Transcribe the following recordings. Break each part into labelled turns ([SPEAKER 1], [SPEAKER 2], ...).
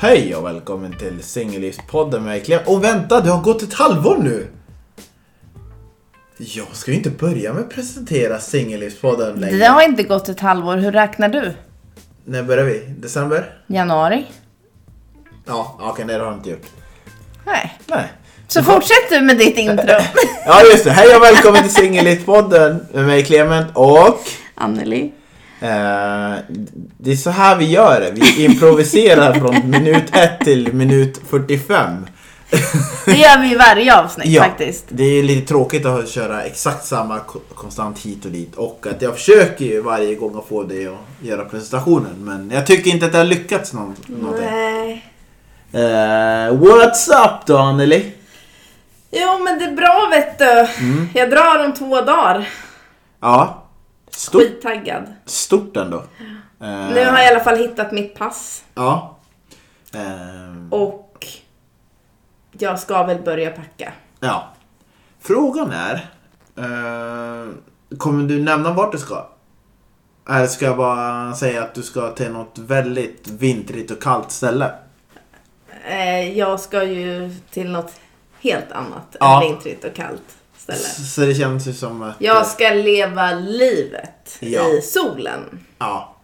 [SPEAKER 1] Hej och välkommen till Singellivspodden med Clem. Och vänta, det har gått ett halvår nu! Jag ska ju inte börja med att presentera Singellivspodden längre.
[SPEAKER 2] Det har inte gått ett halvår. Hur räknar du?
[SPEAKER 1] När börjar vi? December?
[SPEAKER 2] Januari?
[SPEAKER 1] Ja, okej, nej det har jag inte gjort.
[SPEAKER 2] Nej.
[SPEAKER 1] Nej.
[SPEAKER 2] Så fortsätt du med ditt intro.
[SPEAKER 1] Ja, just det. Hej och välkommen till Singellivspodden med mig Clement och...
[SPEAKER 2] Anneli.
[SPEAKER 1] Eh, det är så här vi gör det. Vi improviserar från minut 1 till minut 45.
[SPEAKER 2] Det gör vi i varje avsnitt
[SPEAKER 1] Ja,
[SPEAKER 2] faktiskt.
[SPEAKER 1] det är lite tråkigt att köra exakt samma ko- konstant hit och dit och att jag försöker ju varje gång att få dig att göra presentationen men jag tycker inte att jag har lyckats någon, någonting.
[SPEAKER 2] Nej.
[SPEAKER 1] Eh, what's up då Anneli?
[SPEAKER 2] Jo men det är bra vet du.
[SPEAKER 1] Mm.
[SPEAKER 2] Jag drar om två dagar.
[SPEAKER 1] Ja, stort,
[SPEAKER 2] Skittaggad.
[SPEAKER 1] stort ändå. Eh,
[SPEAKER 2] Nu har jag i alla fall hittat mitt pass.
[SPEAKER 1] Ja. Ehm,
[SPEAKER 2] Och jag ska väl börja packa.
[SPEAKER 1] ja. Frågan är, eh, kommer du nämna vart du ska? Eller ska jag bara säga att du ska till något väldigt vintrigt och kallt ställe?
[SPEAKER 2] Eh, Jag ska ju till något helt annat
[SPEAKER 1] Ja.
[SPEAKER 2] än vintrigt och kallt ställe.
[SPEAKER 1] Så det känns ju som att...
[SPEAKER 2] Jag ska leva livet
[SPEAKER 1] Ja.
[SPEAKER 2] i solen.
[SPEAKER 1] Ja.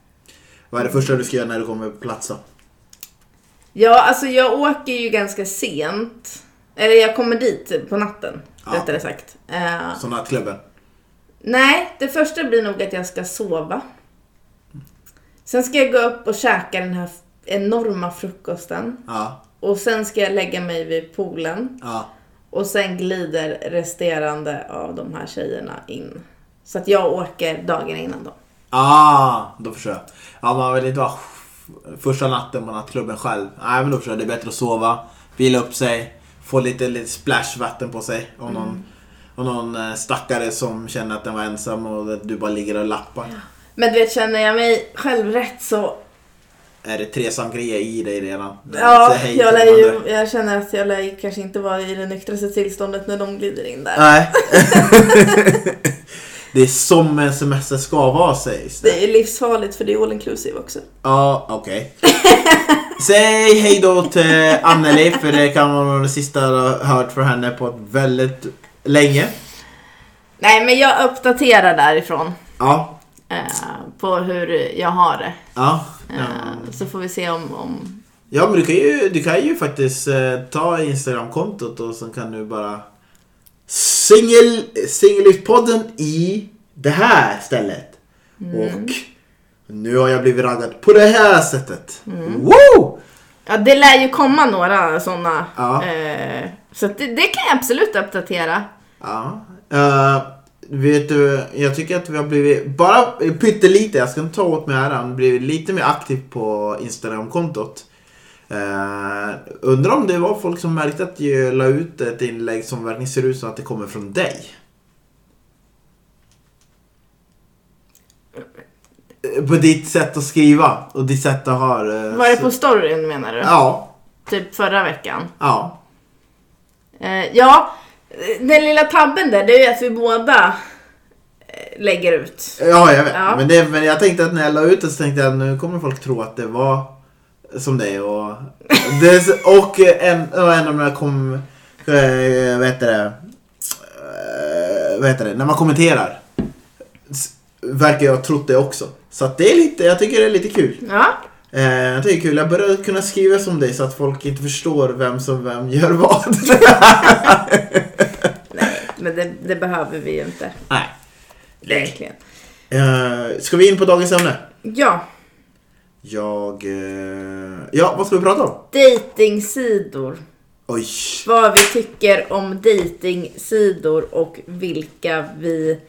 [SPEAKER 1] Vad är det första du ska göra när du kommer på plats då?
[SPEAKER 2] Ja, alltså jag åker ju ganska sent. Eller jag kommer dit på natten,
[SPEAKER 1] Ja.
[SPEAKER 2] rättare sagt. Eh,
[SPEAKER 1] Som nattklubben?
[SPEAKER 2] nej, det första blir nog att jag ska sova. Sen ska jag gå upp och käka den här f- enorma frukosten.
[SPEAKER 1] Ja.
[SPEAKER 2] Och sen ska jag lägga mig vid poolen.
[SPEAKER 1] Ja.
[SPEAKER 2] Och sen glider resterande av de här tjejerna in. Så att jag åker dagen innan dem.
[SPEAKER 1] Ah, då förstår jag. Ja, man vill inte vara första natten på nattklubben själv. Nej, men då förstår jag. Det är bättre att sova, vila upp sig, få lite, lite splashvatten på sig. Om
[SPEAKER 2] Mm.
[SPEAKER 1] någon, om någon eh, stackare som känner att den var ensam och att du bara ligger och lappar.
[SPEAKER 2] Men du vet, känner jag mig självrätt så
[SPEAKER 1] Är det tre grejer i dig redan?
[SPEAKER 2] Ja,
[SPEAKER 1] Säg hej till
[SPEAKER 2] jag, lär
[SPEAKER 1] de
[SPEAKER 2] ju,
[SPEAKER 1] andra.
[SPEAKER 2] jag känner att jag lär ju kanske inte vara i det nyktraste tillståndet när de glider in där.
[SPEAKER 1] Nej. det är som en semester ska vara sägs det.
[SPEAKER 2] Det är ju livsfarligt för det är all inclusive också.
[SPEAKER 1] Ja, okej. Säg hej då till Anneli för det kan vara det sista jag har hört från henne på ett väldigt länge.
[SPEAKER 2] Nej, men jag uppdaterar därifrån
[SPEAKER 1] Ja,
[SPEAKER 2] eh, på hur jag har det.
[SPEAKER 1] ja. ja.
[SPEAKER 2] Eh, Så får vi se om... om...
[SPEAKER 1] Ja men du kan ju, du kan ju faktiskt eh, ta Instagram-kontot och sen kan du bara singel, Singellivspodden i det här stället. Och nu har jag blivit raggad på det här sättet. Woo!
[SPEAKER 2] Ja, det lär ju komma några sådana.
[SPEAKER 1] Ja.
[SPEAKER 2] Eh, så att det, det kan jag absolut uppdatera.
[SPEAKER 1] Ja. Eh, vet du, jag tycker att vi har blivit, bara pyttelite, jag ska inte ta åt mig äran, blivit lite mer aktiv på Instagram-kontot. Eh, undrar om det var folk som märkte att jag la ut ett inlägg som verkligen ser ut som att det kommer från dig? Eh, På ditt sätt att skriva och ditt sätt att ha... eh,
[SPEAKER 2] Var det
[SPEAKER 1] så-
[SPEAKER 2] på storyn menar du?
[SPEAKER 1] Ja,
[SPEAKER 2] Typ förra veckan.
[SPEAKER 1] ja,
[SPEAKER 2] Eh, ja, eh, den lilla tabben där det är ju att vi båda eh, lägger ut.
[SPEAKER 1] Ja, jag vet.
[SPEAKER 2] Ja.
[SPEAKER 1] Men, det, men jag tänkte att när jag la ut det så tänkte jag att nu kommer folk tro att det var som dig. Och, det, och en, och en av mina kom... eh, Vad heter det? Eh, Vad heter det? När man kommenterar. s- Verkar jag ha trott det också. Så att det är lite, jag tycker det är lite kul.
[SPEAKER 2] Ja,
[SPEAKER 1] Eh, jag tycker det är kul. Jag börjar kunna skriva som dig så att folk inte förstår vem som vem gör vad.
[SPEAKER 2] men det, det behöver vi ju inte.
[SPEAKER 1] Nej.
[SPEAKER 2] Verkligen.
[SPEAKER 1] Eh, ska vi in på dagens ämne?
[SPEAKER 2] Ja,
[SPEAKER 1] Jag... eh, Ja, vad ska vi prata om?
[SPEAKER 2] datingsidor.
[SPEAKER 1] Oj.
[SPEAKER 2] Vad vi tycker om datingsidor och vilka vi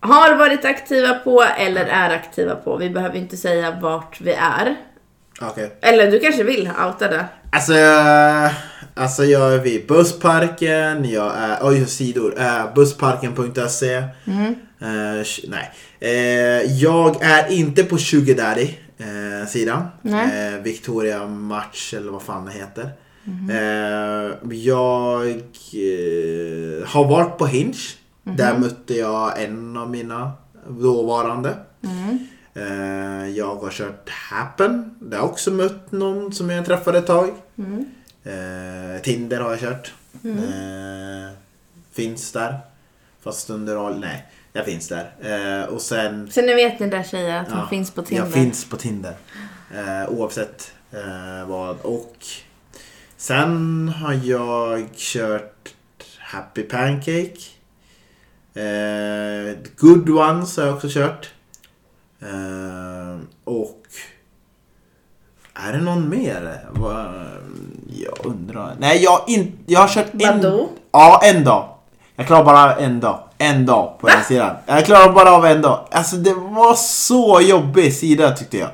[SPEAKER 2] har varit aktiva på eller är aktiva på. Vi behöver ju inte säga vart vi är.
[SPEAKER 1] Okej.
[SPEAKER 2] Eller du kanske vill outa det?
[SPEAKER 1] Alltså, eh, alltså jag är vid bussparken, jag är, oj sidor, eh, bussparken.se. Eh, sh- nej. Eh, jag är inte på Sugar Daddy eh, sidan.
[SPEAKER 2] Nej.
[SPEAKER 1] Eh, Victoria Match eller vad fan det heter. Eh, jag eh, har varit på Hinge. Där mötte jag en av mina dåvarande. Eh, jag har kört Happen. Där har jag också mött någon som jag träffade ett tag.
[SPEAKER 2] Mm.
[SPEAKER 1] Eh, Tinder har jag kört. Eh, finns där. Fast under... Nej, jag finns där. Eh, och sen...
[SPEAKER 2] Så nu vet ni där tjejer att hon
[SPEAKER 1] Ja,
[SPEAKER 2] finns på Tinder.
[SPEAKER 1] Jag finns på Tinder. Eh, oavsett eh, vad. Och sen har jag kört Happy Pancake. Eh, Good Ones har jag också kört. Eh, och är det någon mer? Va, jag undrar. Nej, jag, har in, jag har kört en...
[SPEAKER 2] Vadå?
[SPEAKER 1] Ja, en dag. Jag klarar bara en dag. En dag på den sidan. Jag klarar bara av en dag. Alltså det var så jobbig sida tyckte jag.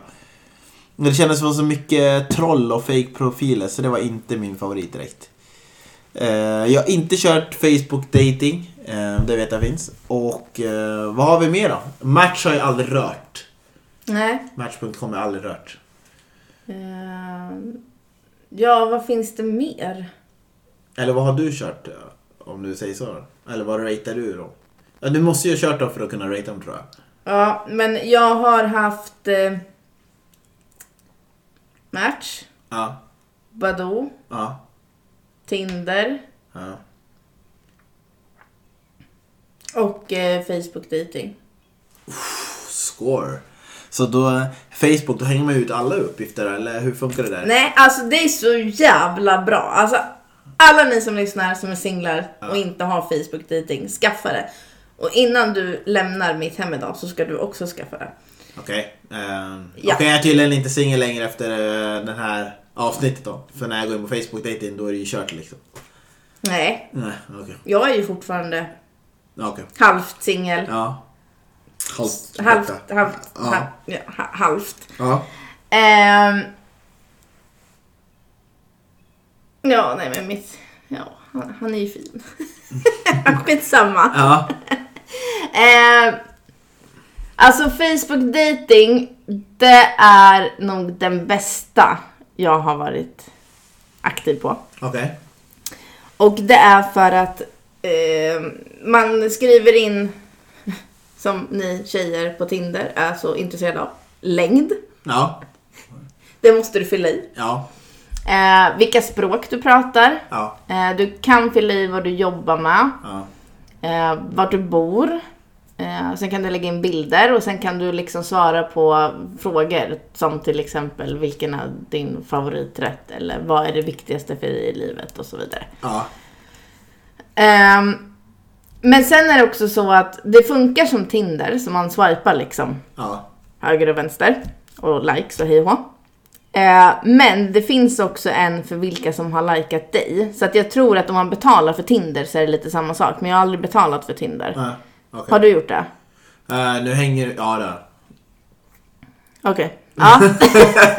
[SPEAKER 1] Men Det kändes som så mycket troll och fake profiler så det var inte min favorit direkt. Eh, jag har inte kört Facebook dating. eh, det vet jag finns. Och eh, vad har vi mer då? Match har jag aldrig rört.
[SPEAKER 2] Nej.
[SPEAKER 1] Match.com har jag aldrig rört.
[SPEAKER 2] Ehm, ja, vad finns det mer?
[SPEAKER 1] Eller vad har du kört? eh, Om du säger så. då? Eller vad ratear du då? Ja, du måste ju ha kört dem för att kunna ratea dem tror jag.
[SPEAKER 2] Ja, men jag har haft eh, Match,
[SPEAKER 1] Ja.
[SPEAKER 2] Badoo,
[SPEAKER 1] Ja.
[SPEAKER 2] Tinder
[SPEAKER 1] Ja.
[SPEAKER 2] och eh, Facebook dating.
[SPEAKER 1] Score. Så då, Facebook, då hänger man ut alla uppgifter eller hur funkar det där?
[SPEAKER 2] Nej, alltså det är så jävla bra. Alltså, alla ni som lyssnar som är singlar och inte har Facebook dating, skaffa det. Och innan du lämnar mitt hem idag så ska du också skaffa det.
[SPEAKER 1] Okej. ehm,
[SPEAKER 2] Ja.
[SPEAKER 1] Okej, jag är tydligen inte singel längre efter eh, den här avsnittet då. För när jag går in på Facebook dating då är det ju kört liksom.
[SPEAKER 2] Nej,
[SPEAKER 1] Nej, okej.
[SPEAKER 2] jag är ju fortfarande
[SPEAKER 1] Ja, Okej.
[SPEAKER 2] halvt singel.
[SPEAKER 1] Ja. Halvt.
[SPEAKER 2] Halvt,
[SPEAKER 1] borta.
[SPEAKER 2] halvt,
[SPEAKER 1] Ja.
[SPEAKER 2] halvt, ja, ha- halvt.
[SPEAKER 1] Ja.
[SPEAKER 2] Ehm. ja, nej men mitt... Ja, han, han är ju fin. Skitsamma.
[SPEAKER 1] Ja.
[SPEAKER 2] Ehm. alltså Facebook dating, det är nog den bästa jag har varit aktiv på.
[SPEAKER 1] Okej.
[SPEAKER 2] Och det är för att eh, man skriver in, som ni tjejer på Tinder är så intresserade av, längd.
[SPEAKER 1] Ja.
[SPEAKER 2] Det måste du fylla i.
[SPEAKER 1] Ja.
[SPEAKER 2] Eh, vilka språk du pratar.
[SPEAKER 1] Ja.
[SPEAKER 2] Eh, du kan fylla i vad du jobbar med,
[SPEAKER 1] Ja.
[SPEAKER 2] eh, vart du bor. Eh, sen kan du lägga in bilder och sen kan du liksom svara på frågor som till exempel vilken är din favoriträtt eller vad är det viktigaste för dig i livet och så vidare.
[SPEAKER 1] Ja.
[SPEAKER 2] Ehm, men sen är det också så att det funkar som Tinder, så man swipar liksom
[SPEAKER 1] Ja.
[SPEAKER 2] höger och vänster och likes och hej och hå. Eh, Men det finns också en för vilka som har likat dig. Så att jag tror att om man betalar för Tinder så är det lite samma sak. Men jag har aldrig betalat för Tinder.
[SPEAKER 1] Ja. Ah, Okej.
[SPEAKER 2] Har du gjort det?
[SPEAKER 1] Eh, nu hänger Ja, där.
[SPEAKER 2] Okej. Ja.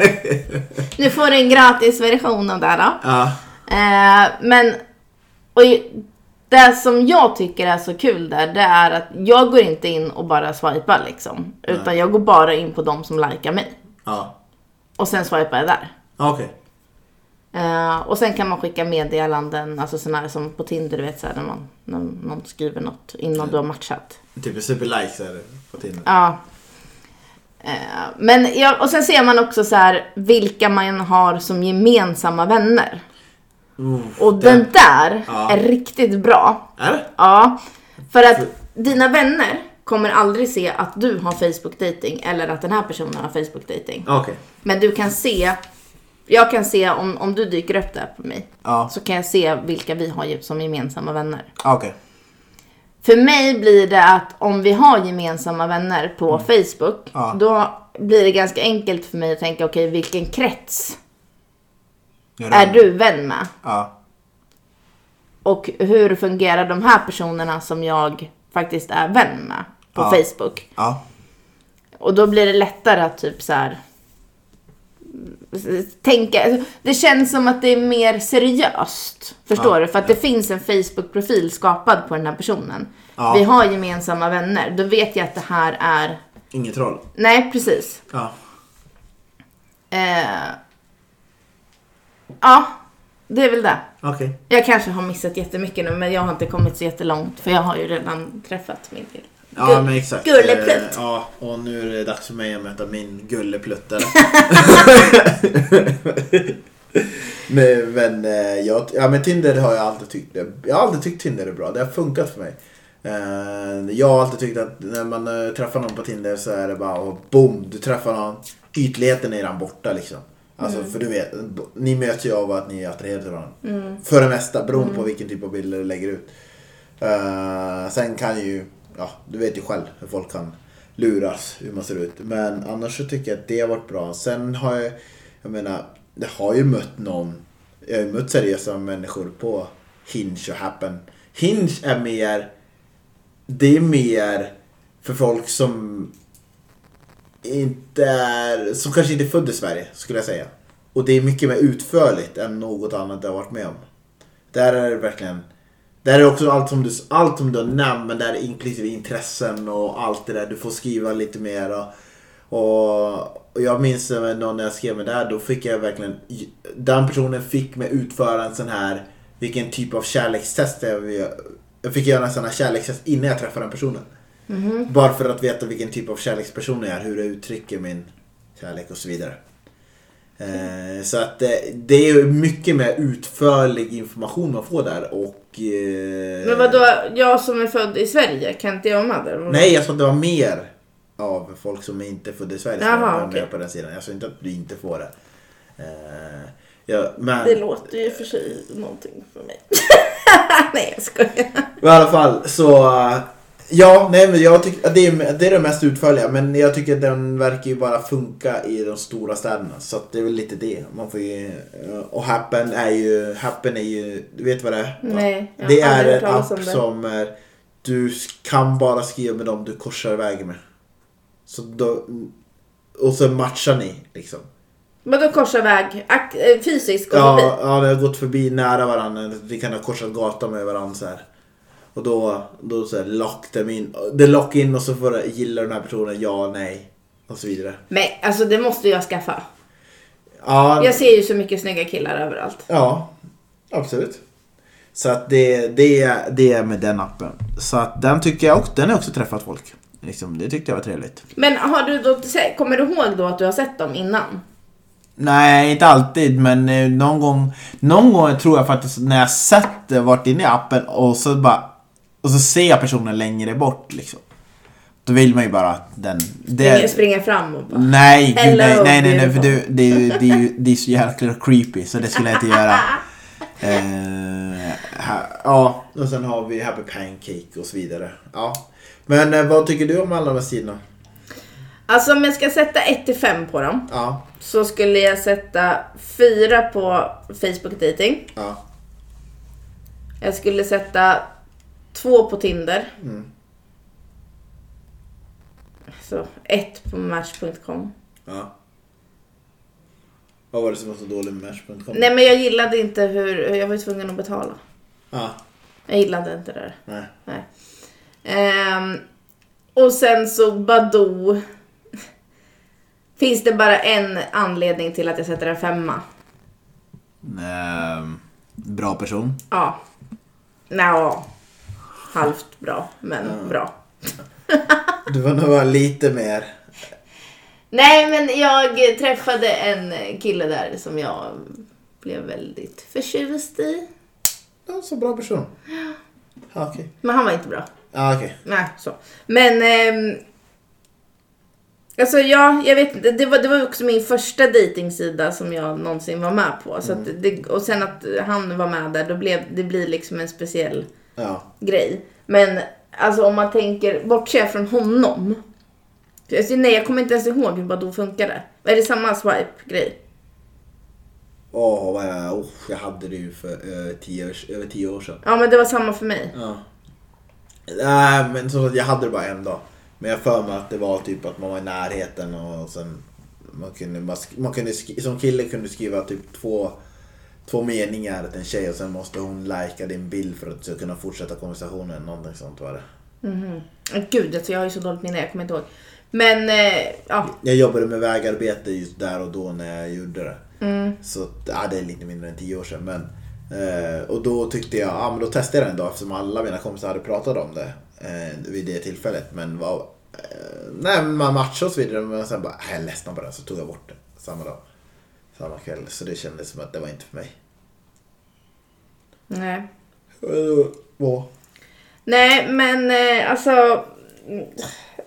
[SPEAKER 2] nu får du en gratis version av det här då.
[SPEAKER 1] Ja.
[SPEAKER 2] Eh, men och ju- det som jag tycker är så kul där, det är att jag går inte in och bara swipar liksom. Utan jag går bara in på de som likar mig.
[SPEAKER 1] Ja.
[SPEAKER 2] Och sen swipar jag där.
[SPEAKER 1] Okej.
[SPEAKER 2] Eh, och sen kan man skicka meddelanden, alltså sådana här som på Tinder, du vet såhär när, man, när någon skriver något innan du har matchat.
[SPEAKER 1] Typ superlikes är det på Tinder.
[SPEAKER 2] Ja. Eh, men jag, och sen ser man också så här vilka man har som gemensamma vänner.
[SPEAKER 1] Uff,
[SPEAKER 2] Och den där
[SPEAKER 1] Ja.
[SPEAKER 2] är riktigt bra.
[SPEAKER 1] Är det?
[SPEAKER 2] Ja, för att dina vänner kommer aldrig se att du har Facebook dating eller att den här personen har Facebook dating.
[SPEAKER 1] Okej.
[SPEAKER 2] Men du kan se, jag kan se om, om du dyker upp där på mig.
[SPEAKER 1] Ja.
[SPEAKER 2] Så kan jag se vilka vi har ju som gemensamma vänner.
[SPEAKER 1] Okej.
[SPEAKER 2] För mig blir det att om vi har gemensamma vänner på Facebook,
[SPEAKER 1] Mm. Ja.
[SPEAKER 2] då blir det ganska enkelt för mig att tänka okej vilken krets
[SPEAKER 1] Gör det.
[SPEAKER 2] är du vän med?
[SPEAKER 1] Ja.
[SPEAKER 2] Och hur fungerar de här personerna som jag faktiskt är vän med på
[SPEAKER 1] Ja.
[SPEAKER 2] Facebook?
[SPEAKER 1] Ja.
[SPEAKER 2] Och då blir det lättare att typ så här tänka. alltså, Det känns som att det är mer seriöst.
[SPEAKER 1] Ja,
[SPEAKER 2] Förstår du? För att det finns en Facebook-profil skapad på den här personen.
[SPEAKER 1] Ja.
[SPEAKER 2] Vi har gemensamma vänner. Då vet jag att det här är...
[SPEAKER 1] Inget troll.
[SPEAKER 2] Nej, precis.
[SPEAKER 1] Ja.
[SPEAKER 2] Eh... Ja, det är väl det.
[SPEAKER 1] Okej.
[SPEAKER 2] Jag kanske har missat jättemycket nu, men jag har inte kommit så jättelångt. För jag har ju redan träffat min del.
[SPEAKER 1] Ja men exakt.
[SPEAKER 2] Gulleplutt.
[SPEAKER 1] Eh, Ja, och nu är det dags för mig att möta min gullepluttare. men men eh, jag, ja, men Tinder har jag alltid tyckt Jag har alltid tyckt Tinder är bra. Det har funkat för mig. Eh, Jag har alltid tyckt att när man eh, träffar någon på Tinder så är det bara oh, boom, du träffar någon. Ytligheten är redan borta liksom. Alltså för du vet, ni möts ju av att ni är attraherade till varandra. För det mesta, beroende på vilken typ av bilder du lägger ut. Eh, sen kan ju, ja du vet ju själv hur folk kan luras hur man ser ut. Men annars så tycker jag att det har varit bra. Sen har jag, jag menar, det har ju mött någon. Jag har ju mött seriösa människor på Hinge och Happen. Hinge är mer, det är mer för folk som inte är, som kanske inte är född i Sverige skulle jag säga. Och det är mycket mer utförligt än något annat jag har varit med om. Där är det verkligen, där är också allt som du, allt som du har nämnt men där är inklusive intressen och allt det där. Du får skriva lite mer och, och, och jag minns eh, någon när jag skrev med där, då fick jag verkligen, den personen fick mig utföra en sån här, vilken typ av kärlekstest jag vill- jag fick göra en sån här kärlekstest innan jag träffade den personen.
[SPEAKER 2] Mhm.
[SPEAKER 1] Bara för att veta vilken typ av kärleksperson jag är, hur jag uttrycker min kärlek och så vidare. Eh, Så att eh, det är ju mycket mer utförlig information man får där och... eh,
[SPEAKER 2] Men vadå, jag som är född i Sverige, kan inte jag vara med där?
[SPEAKER 1] Nej, jag sa att det var mer av folk som inte är födda i Sverige som
[SPEAKER 2] Jaha,
[SPEAKER 1] var med
[SPEAKER 2] okej.
[SPEAKER 1] på den sidan. Jag sa inte att du inte får det. Eh, Ja, men...
[SPEAKER 2] Det låter ju för sig någonting för mig. Nej jag skojar.
[SPEAKER 1] Men I alla fall så... eh, Ja, nej men jag tycker att det är det, är det mest utförliga men jag tycker att den verkar ju bara funka i de stora städerna. Så att det är väl lite det. Man får ju, eh, och Happen är ju, Happen är ju, du vet vad det är?
[SPEAKER 2] Nej, jag har
[SPEAKER 1] det är
[SPEAKER 2] aldrig hört
[SPEAKER 1] en
[SPEAKER 2] talas om
[SPEAKER 1] app
[SPEAKER 2] det.
[SPEAKER 1] som eh, du kan bara skriva med dem du korsar vägen med. Så då, och så matchar ni liksom.
[SPEAKER 2] Vadå korsa väg? Ak- eh, fysiskt gå
[SPEAKER 1] Ja,
[SPEAKER 2] förbi?
[SPEAKER 1] ja, det har gått förbi nära varandra. Vi kan ha korsat gatan med varandra så här. Och då, då så här lock dem in. Det lock in och så får det, gillar den här personen ja, nej och så vidare.
[SPEAKER 2] Men alltså det måste jag skaffa.
[SPEAKER 1] Ja,
[SPEAKER 2] Jag ser ju så mycket snygga killar överallt.
[SPEAKER 1] ja absolut. Så att det, det, det är med den appen. Så att den tycker jag också, den har också träffat folk. Liksom, det tyckte jag var trevligt.
[SPEAKER 2] Men har du då, kommer du ihåg då att du har sett dem innan?
[SPEAKER 1] Nej, inte alltid, men eh, någon gång, någon gång tror jag faktiskt när jag sett det, varit inne i appen och så bara och så ser jag personen längre bort liksom. Då vill man ju bara att den...
[SPEAKER 2] Springer,
[SPEAKER 1] Det,
[SPEAKER 2] springer fram och bara...
[SPEAKER 1] nej, gud,
[SPEAKER 2] Hello,
[SPEAKER 1] nej, nej, nej, nej, för
[SPEAKER 2] beautiful.
[SPEAKER 1] du, det, är ju- det, är ju- det är så jäkla creepy så det skulle jag inte göra. Eh, ha, ja, och sen har vi Happy Pancake och så vidare. Ja. Men eh, vad tycker du om alla de här sidorna?
[SPEAKER 2] Alltså om jag ska sätta 1 till 5 på dem
[SPEAKER 1] Ja,
[SPEAKER 2] så skulle jag sätta 4 på Facebook dating.
[SPEAKER 1] ja,
[SPEAKER 2] Jag skulle sätta 2 på Tinder. Så 1 på Match.com.
[SPEAKER 1] ja. Vad var det som var så dåligt med Match.com?
[SPEAKER 2] Nej men jag gillade inte hur, jag var ju tvungen att betala.
[SPEAKER 1] Ja,
[SPEAKER 2] Jag gillade inte det där.
[SPEAKER 1] nej.
[SPEAKER 2] Nej. Ehm, och sen så Badoo. Finns det bara en anledning till att jag sätter en femma?
[SPEAKER 1] Ehm, bra person.
[SPEAKER 2] Ja. Nja. Halvt bra, men bra.
[SPEAKER 1] Du var nog vara lite mer...
[SPEAKER 2] Nej, men jag träffade en kille där som jag blev väldigt förtjust i.
[SPEAKER 1] Ja, så bra person. Ja, okej.
[SPEAKER 2] Men han var inte bra.
[SPEAKER 1] Ja, okej.
[SPEAKER 2] Nej, så. Men... ehm, alltså ja, jag vet inte. Det var, det var också min första dejtingsida som jag någonsin var med på. Så att det, och sen att han var med där, då blev, det blir liksom en speciell
[SPEAKER 1] Ja.
[SPEAKER 2] grej. Men alltså om man tänker, bortse från honom. Alltså, nej, jag kommer inte ens ihåg hur Badoo funkade. Är det samma swipe-grej?
[SPEAKER 1] Åh, vad jag, oh, jag hade det ju för över tio, år- över tio år sedan.
[SPEAKER 2] Ja, men det var samma för mig.
[SPEAKER 1] Ja. Nej, men som sagt, jag hade det bara en dag. Men jag för mig att det var typ att man var i närheten och sen... Man kunde, man, sk- man kunde sk- som kille kunde du skriva typ två, två meningar till en tjej och sen måste hon likea din bild för att du ska kunna fortsätta konversationen. Någonting sånt var det.
[SPEAKER 2] Gud, alltså, jag har ju så dåligt minne, jag kommer inte ihåg. Men, eh, ja.
[SPEAKER 1] Jag jobbade med vägarbete just där och då när jag gjorde det. Så att, ja, det är lite mindre än tio år sedan. Men Eh, och då tyckte jag, ja men då testade jag den då eftersom alla mina kompisar hade pratat om det eh, vid det tillfället. Men var, eh, nej, men man matchade och så vidare men sen bara, äh, jag är ledsen på det så tog jag bort det samma dag. Samma kväll. Så det kändes som att det var inte för mig.
[SPEAKER 2] Nej.
[SPEAKER 1] Eh, vad?
[SPEAKER 2] Nej, men eh, alltså... mm,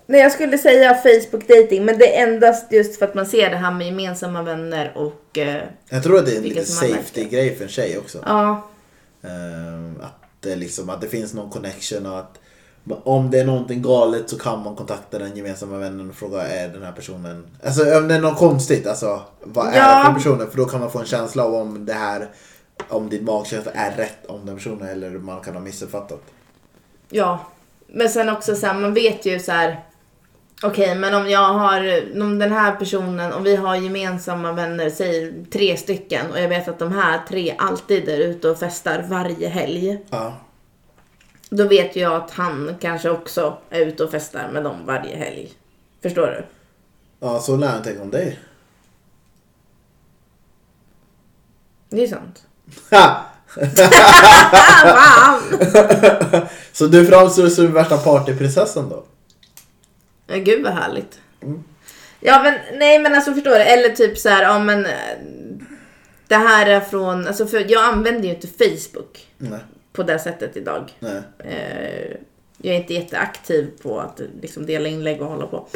[SPEAKER 2] Nej, jag skulle säga Facebook dating, men det är endast just för att man ser det här med gemensamma vänner och... Eh,
[SPEAKER 1] Jag tror att det är en
[SPEAKER 2] Vilka
[SPEAKER 1] lite
[SPEAKER 2] som har märkt
[SPEAKER 1] safety-grej för en tjej också.
[SPEAKER 2] ja.
[SPEAKER 1] Eh, att, det liksom, att det finns någon connection och att om det är någonting galet så kan man kontakta den gemensamma vännen och fråga är den här personen... Alltså om det är något konstigt, alltså vad är
[SPEAKER 2] Ja.
[SPEAKER 1] det för personen? För då kan man få en känsla av om det här, om din magkänsla är rätt om den personen eller man kan ha missuppfattat.
[SPEAKER 2] Ja, men sen också så här, man vet ju så här. Okej, men om jag har, om den här personen, om vi har gemensamma vänner, säg tre stycken och jag vet att de här tre alltid är ute och festar varje helg.
[SPEAKER 1] Ja.
[SPEAKER 2] Då vet ju jag att han kanske också är ute och festar med dem varje helg. Förstår du?
[SPEAKER 1] Ja, så lär jag tänka om dig.
[SPEAKER 2] Det är sant.
[SPEAKER 1] Ha!
[SPEAKER 2] Ah, fan!
[SPEAKER 1] Så du framstår som värsta partyprinsessan då?
[SPEAKER 2] Ja, Gud vad härligt. Ja men nej men alltså förstår du, eller typ så här, ja men eh, det här är från, alltså för jag använder ju inte Facebook.
[SPEAKER 1] Nej.
[SPEAKER 2] på det sättet idag.
[SPEAKER 1] Nej.
[SPEAKER 2] Eh, jag är inte jätteaktiv på att liksom dela inlägg och hålla på.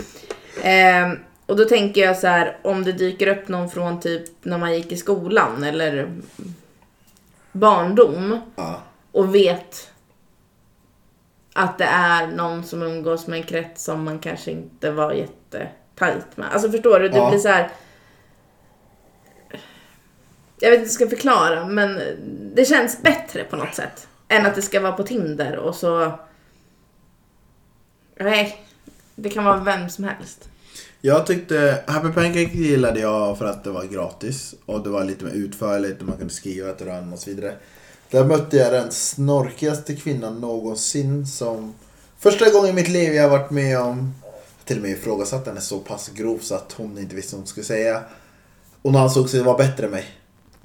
[SPEAKER 2] Eh, och då tänker jag så här, om det dyker upp någon från typ när man gick i skolan eller barndom
[SPEAKER 1] Ja.
[SPEAKER 2] och vet att det är någon som umgås med en krets som man kanske inte var jättetajt med. Alltså förstår du? Det
[SPEAKER 1] Ja.
[SPEAKER 2] blir så här. Jag vet inte hur jag ska förklara men det känns bättre på något sätt. Än att det ska vara på Tinder och så... Nej. Det kan vara vem som helst.
[SPEAKER 1] Jag tyckte Happy Pancake gillade jag för att det var gratis och det var lite mer utförligt och man kunde skriva ett och så vidare. Där mötte jag den snorkigaste kvinnan någonsin som första gången i mitt liv jag varit med om till och med ifrågasatt henne så pass grovt så att hon inte visste vad hon skulle säga. Hon ansåg sig vara bättre än mig.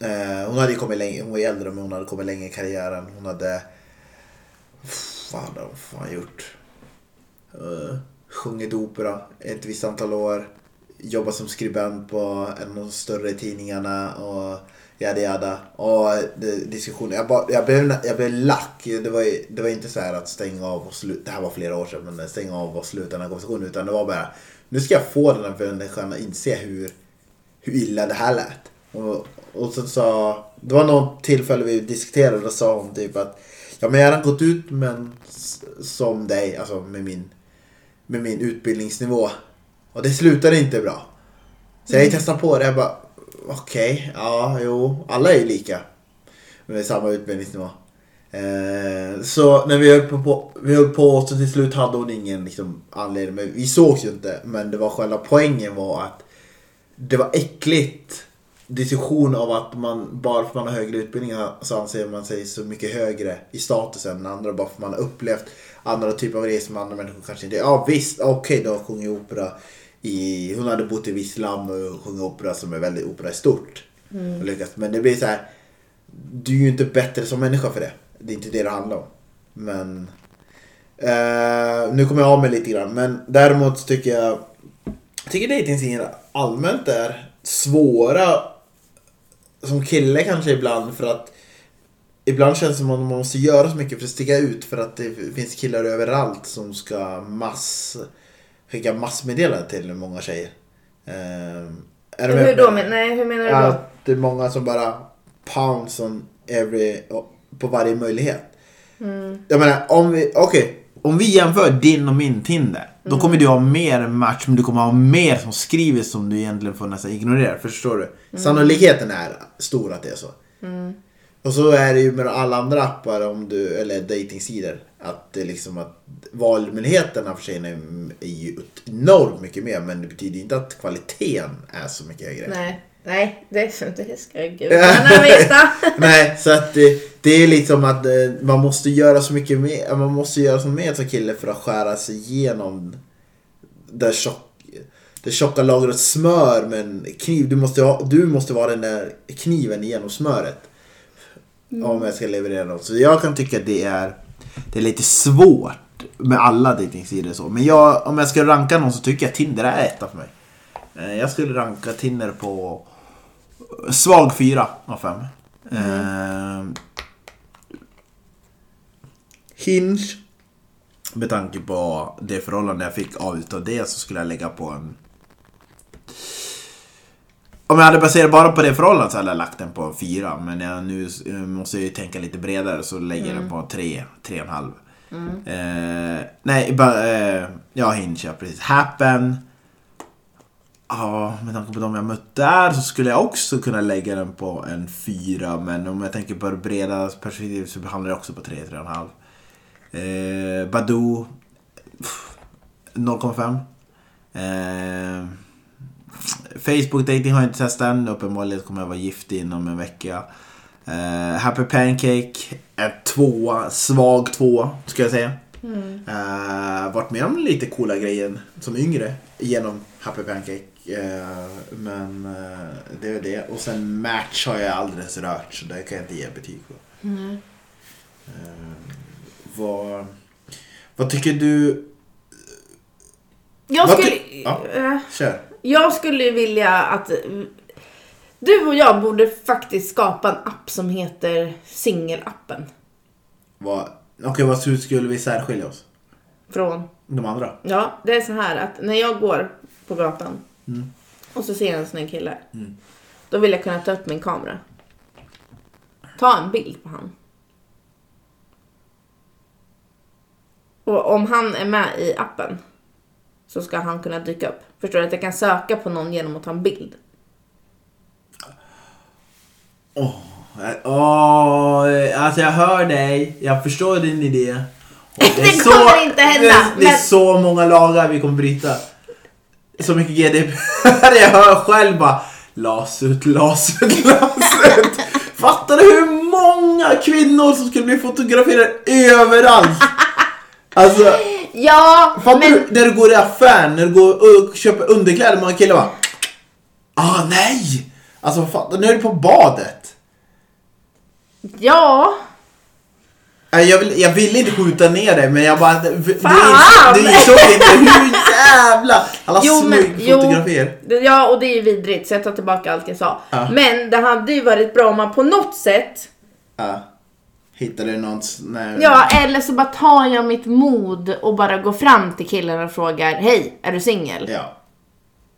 [SPEAKER 1] Eh, Hon hade ju kommit längre, hon var ju äldre men hon hade kommit längre i karriären. Hon hade... Vad hade hon fan gjort? Uh, sjungit opera ett visst antal år. Jobbat som skribent på en av de större tidningarna och yada yada. Och det, diskussioner. Jag, bara, jag, blev, jag blev lack. Det var, ju- det var inte så här att stänga av och sluta. Det här var flera år sedan. Men stänga av och sluta den här konversationen. Utan det var bara. Nu ska jag få den här människan att inse hur, hur illa det här lät. Och, och så sa, det var något tillfälle vi diskuterade och då sa hon typ att ja men jag har redan gått ut men s- som dig, alltså med min, med min utbildningsnivå. Och det slutade inte bra. Så jag testade på det, jag bara okej, ja jo, alla är ju lika. Med samma utbildningsnivå. Eh, så när vi höll på- på, vi höll på så till slut hade hon ingen liksom, anledning. Men vi sågs ju inte. Men det var själva poängen var att det var äckligt diskussion av att man bara för man har högre utbildning så anser man sig så mycket högre i status än andra bara för man har upplevt andra typer av grejer som andra människor kanske inte... Ja visst, okej då sjunger jag opera i... Hon hade bott i visst land och sjunger opera som är väldigt opera är stort. Och lyckats. Men det blir så här du är ju inte bättre som människa för det. Det är inte det det handlar om. Men... Eh, nu kommer jag av mig lite grann. Men däremot så tycker jag... Jag tycker dejtingsinglar allmänt är svåra. Som kille kanske ibland för att... Ibland känns det som att man måste göra så mycket för att sticka ut. För att det finns killar överallt som ska mass... Skicka massmeddelanden till många tjejer. Eh, är du med
[SPEAKER 2] Hur
[SPEAKER 1] på
[SPEAKER 2] då?
[SPEAKER 1] det?
[SPEAKER 2] men- Nej, hur menar du då?
[SPEAKER 1] att det är många som bara pounds on every, på varje möjlighet.
[SPEAKER 2] Mm.
[SPEAKER 1] Jag menar, om vi, okej. Om vi jämför din och min Tinder,
[SPEAKER 2] Mm.
[SPEAKER 1] då kommer du ha mer match men du kommer ha mer som skriver som du egentligen får nästan ignorera. Förstår du?
[SPEAKER 2] Mm.
[SPEAKER 1] Sannolikheten är stor att det är så. Och så är det ju med alla andra appar om du, eller datingsidor Att det liksom att valmöjligheterna för tjejerna är är ju enormt mycket mer men det betyder ju inte att kvaliteten är så mycket högre.
[SPEAKER 2] Nej. Nej, det, det ska gudarna veta.
[SPEAKER 1] Nej, så att det, det är liksom att eh, man måste göra så mycket mer. eh, Man måste göra som mer som kille för att skära sig igenom det, tjock, det tjocka lagret smör med en kniv. Du måste, ha, du måste vara den där kniven genom smöret. Om jag ska leverera något. Så jag kan tycka det är, det är lite svårt med alla dejtingsidor och så. Men jag, om jag ska ranka någon så tycker jag Tinder är etta för mig. Eh, Jag skulle ranka Tinder på svag fyra av fem. Eh, Hinge. Med tanke på det förhållande jag fick av utav det så skulle jag lägga på en... Om jag hade baserat bara på det förhållandet så hade jag lagt den på en fyra. Men jag nu eh, måste jag ju tänka lite bredare så lägger jag den på en tre, tre och en halv. Eh, nej, bara, eh, ja Hinge ja, precis. Happen. Ja, med tanke på de jag mött där så skulle jag också kunna lägga den på en fyra. Men om jag tänker på det breda perspektivet så hamnar jag också på tre, tre och en halv. Eh, Badoo. pff, 0,5. Eh, Facebook dating har jag inte testat än. Uppenbarligen kommer jag vara gift inom en vecka. Eh, Happy Pancake. En tvåa. Svag tvåa, ska jag säga. Eh, varit med om lite coola grejer som yngre genom Happy Pancake. Eh, men eh, det är det. Och sen Match har jag alldeles rört så det kan jag inte ge betyg på. Eh, vad, vad tycker du?
[SPEAKER 2] Jag
[SPEAKER 1] Vad
[SPEAKER 2] skulle...
[SPEAKER 1] ty- ja.
[SPEAKER 2] Eh,
[SPEAKER 1] Kör.
[SPEAKER 2] Jag skulle vilja att du och jag borde faktiskt skapa en app som heter singelappen.
[SPEAKER 1] Vad, okej, vad hur skulle vi särskilja oss?
[SPEAKER 2] Från,
[SPEAKER 1] De andra?
[SPEAKER 2] ja, det är så här att när jag går på gatan
[SPEAKER 1] Mm.
[SPEAKER 2] och så ser jag en snygg kille. Då vill jag kunna ta upp min kamera. Ta en bild på han. Och om han är med i appen så ska han kunna dyka upp. Förstår du? Att jag kan söka på någon genom att ta en bild.
[SPEAKER 1] Åh, oh, alltså jag hör dig. Jag förstår din idé. Och
[SPEAKER 2] Det kommer inte hända,
[SPEAKER 1] Det är, det är
[SPEAKER 2] men-
[SPEAKER 1] så många lagar vi kommer bryta. Så mycket GDPR. Jag hör själv bara las ut, las ut, las ut. Fattar du hur många kvinnor som skulle bli fotograferade överallt? Alltså,
[SPEAKER 2] Ja,
[SPEAKER 1] fattar
[SPEAKER 2] men
[SPEAKER 1] du när du går i affären, när du går och köper underkläder, många killar bara Ah nej! Alltså fattar nu är du på badet.
[SPEAKER 2] Ja,
[SPEAKER 1] Nej, Jag vill, jag vill inte skjuta ner dig men jag bara... Du, du,
[SPEAKER 2] Fan!
[SPEAKER 1] du insåg inte hur jävla... Alla
[SPEAKER 2] Jo, men-
[SPEAKER 1] smygfotografier.
[SPEAKER 2] det- ja och det är ju vidrigt så jag tar tillbaka allt jag sa.
[SPEAKER 1] Ja.
[SPEAKER 2] Men det hade ju varit bra om man på något sätt,
[SPEAKER 1] Ja. Hittade du något? Nej.
[SPEAKER 2] ja eller så bara tar jag mitt mod och bara går fram till killen och frågar Hej, är du singel?
[SPEAKER 1] ja.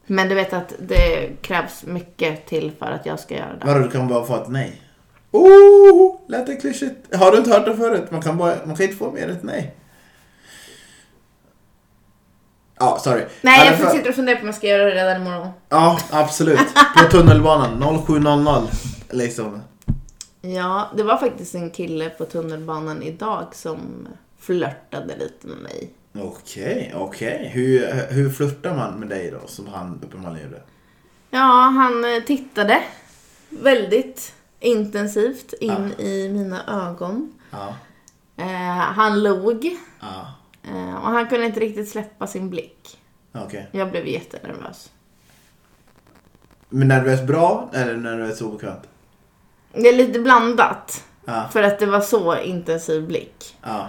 [SPEAKER 2] Men du vet att det krävs mycket till för att jag ska göra det.
[SPEAKER 1] Vadå, du kan bara få ett nej? Oh, lät det klyschigt? Har du inte hört det förut? Man kan, bara, man kan inte få mer än ett nej. Ja, sorry.
[SPEAKER 2] Nej,
[SPEAKER 1] Ja, det
[SPEAKER 2] jag
[SPEAKER 1] för-
[SPEAKER 2] sitter och funderar på om jag ska göra det redan imorgon.
[SPEAKER 1] Ja, absolut. På tunnelbanan 07.00. Liksom.
[SPEAKER 2] Ja, det var faktiskt en kille på tunnelbanan idag som flörtade lite med mig.
[SPEAKER 1] Okej, okej. Hur, hur flörtar man med dig då? Som han uppenbarligen gjorde.
[SPEAKER 2] Ja, han eh, tittade väldigt intensivt in i mina ögon.
[SPEAKER 1] Ja.
[SPEAKER 2] Eh, han log
[SPEAKER 1] Ja,
[SPEAKER 2] eh, och han kunde inte riktigt släppa sin blick.
[SPEAKER 1] okej.
[SPEAKER 2] Jag blev jättenervös.
[SPEAKER 1] Men nervös bra eller nervös obekvämt?
[SPEAKER 2] Det är lite blandat
[SPEAKER 1] Ja,
[SPEAKER 2] för att det var så intensiv blick.
[SPEAKER 1] ja.